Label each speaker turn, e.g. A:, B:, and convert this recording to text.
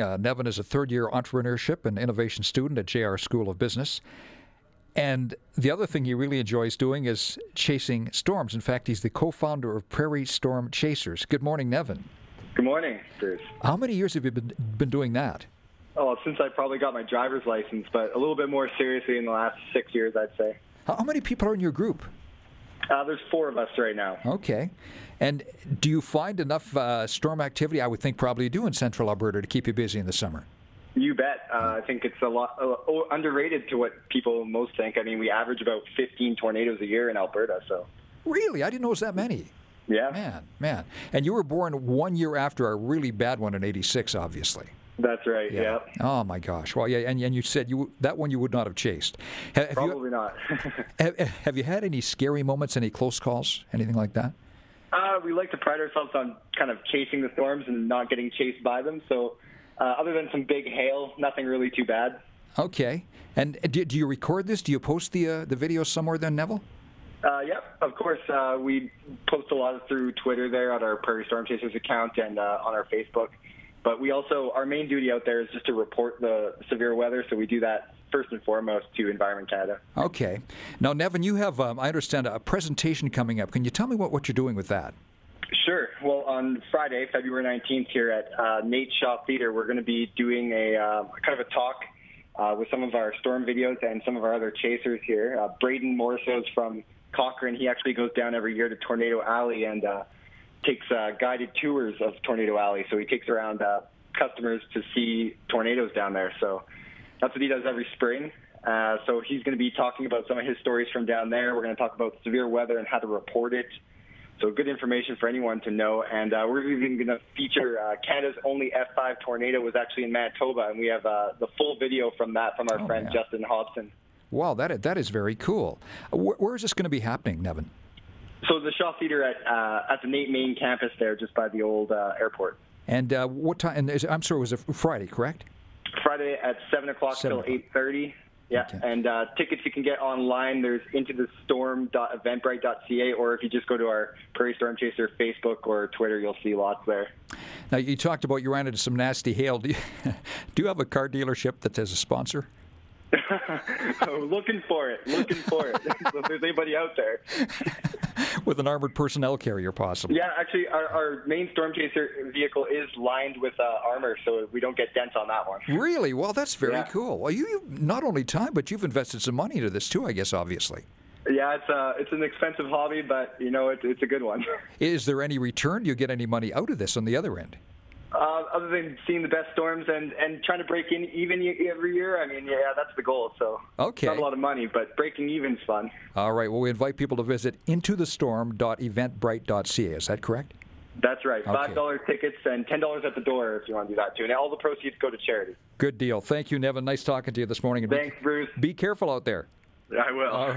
A: Uh, Nevin is a third year entrepreneurship and innovation student at JR School of Business. And the other thing he really enjoys doing is chasing storms. In fact, he's the co founder of Prairie Storm Chasers. Good morning, Nevin.
B: Good morning, Bruce.
A: How many years have you been, been doing that?
B: Oh, since I probably got my driver's license, but a little bit more seriously in the last six years, I'd say.
A: How, how many people are in your group?
B: Uh, there's four of us right now.
A: Okay. And do you find enough uh, storm activity? I would think probably you do in central Alberta to keep you busy in the summer.
B: You bet. Uh, I think it's a lot uh, underrated to what people most think. I mean, we average about 15 tornadoes a year in Alberta, so.
A: Really? I didn't know it was that many.
B: Yeah.
A: Man, man. And you were born one year after a really bad one in 86, obviously.
B: That's right. Yeah.
A: Oh my gosh. Well, yeah, and, and you said you that one you would not have chased. Ha- Have,
B: Probably not.
A: you, have, have you had any scary moments, any close calls, anything like that?
B: uh, we like to pride ourselves on kind of chasing the storms and not getting chased by them. So, uh, other than some big hail, nothing really too bad.
A: Okay. And do, do you record this? Do you post the uh, the video somewhere then, Neville?
B: Uh, yep, of course. Uh, we post a lot through Twitter there on our Prairie Storm Chasers account and uh, on our Facebook. But we also, our main duty out there is just to report the severe weather. So we do that first and foremost to Environment Canada.
A: Okay. Now, Nevin, you have um, I understand a presentation coming up. Can you tell me what, what you're doing with that?
B: Sure. Well, on Friday, February 19th, here at uh, Nate Shaw Theater, we're going to be doing a uh, kind of a talk uh, with some of our storm videos and some of our other chasers here. Uh, Braden Morrisow's from Cochrane. He actually goes down every year to Tornado Alley and uh, takes uh, guided tours of Tornado Alley. So he takes around uh, customers to see tornadoes down there. So that's what he does every spring. Uh, so he's going to be talking about some of his stories from down there. We're going to talk about severe weather and how to report it. So good information for anyone to know. And uh, we're even going to feature uh, Canada's only F5 tornado was actually in Manitoba, and we have uh, the full video from that from our
A: Oh,
B: friend
A: man.
B: Justin Hobson.
A: Wow, that i- that is very cool. Where, where is this going to be happening, Nevin?
B: So the Shaw Theater at uh, at the Nate Main campus there, just by the old uh, airport.
A: And uh, what time? And is, I'm sorry, it was a Friday, correct?
B: Friday at seven o'clock
A: Seven
B: till
A: o'clock.
B: eight thirty. Yeah,
A: Okay.
B: and uh, tickets you can get online. There's into the storm.eventbrite.ca, or if you just go to our Prairie Storm Chaser Facebook or Twitter, you'll see lots there.
A: Now you talked about you ran into some nasty hail. Do you, do you have a car dealership that has a sponsor?
B: so looking for it, looking for it. so if there's anybody out there,
A: with an armored personnel carrier, possibly.
B: yeah. Actually, our, our main storm chaser vehicle is lined with uh, armor, so we don't get dents on that one.
A: Really? Well, that's very
B: Yeah.
A: cool. Well, you, you not only time, but you've invested some money into this too, I guess. Obviously,
B: Yeah, it's uh, it's an expensive hobby, but you know it's it's a good one.
A: is there any return? Do you get any money out of this on the other end?
B: Uh, other than seeing the best storms and, and trying to break in even y- every year, I mean, yeah, that's the goal. So
A: Okay.
B: not a lot of money, but breaking even's fun.
A: All right. Well, we invite people to visit intothestorm.eventbrite.ca. Is that correct?
B: That's right.
A: Okay.
B: Five dollar tickets and ten dollars at the door if you want to do that too. And all the proceeds go to charity.
A: Good deal. Thank you, Nevin. Nice talking to you this morning. And be-
B: Thanks, Bruce.
A: Be careful out there.
B: I will.
A: All right.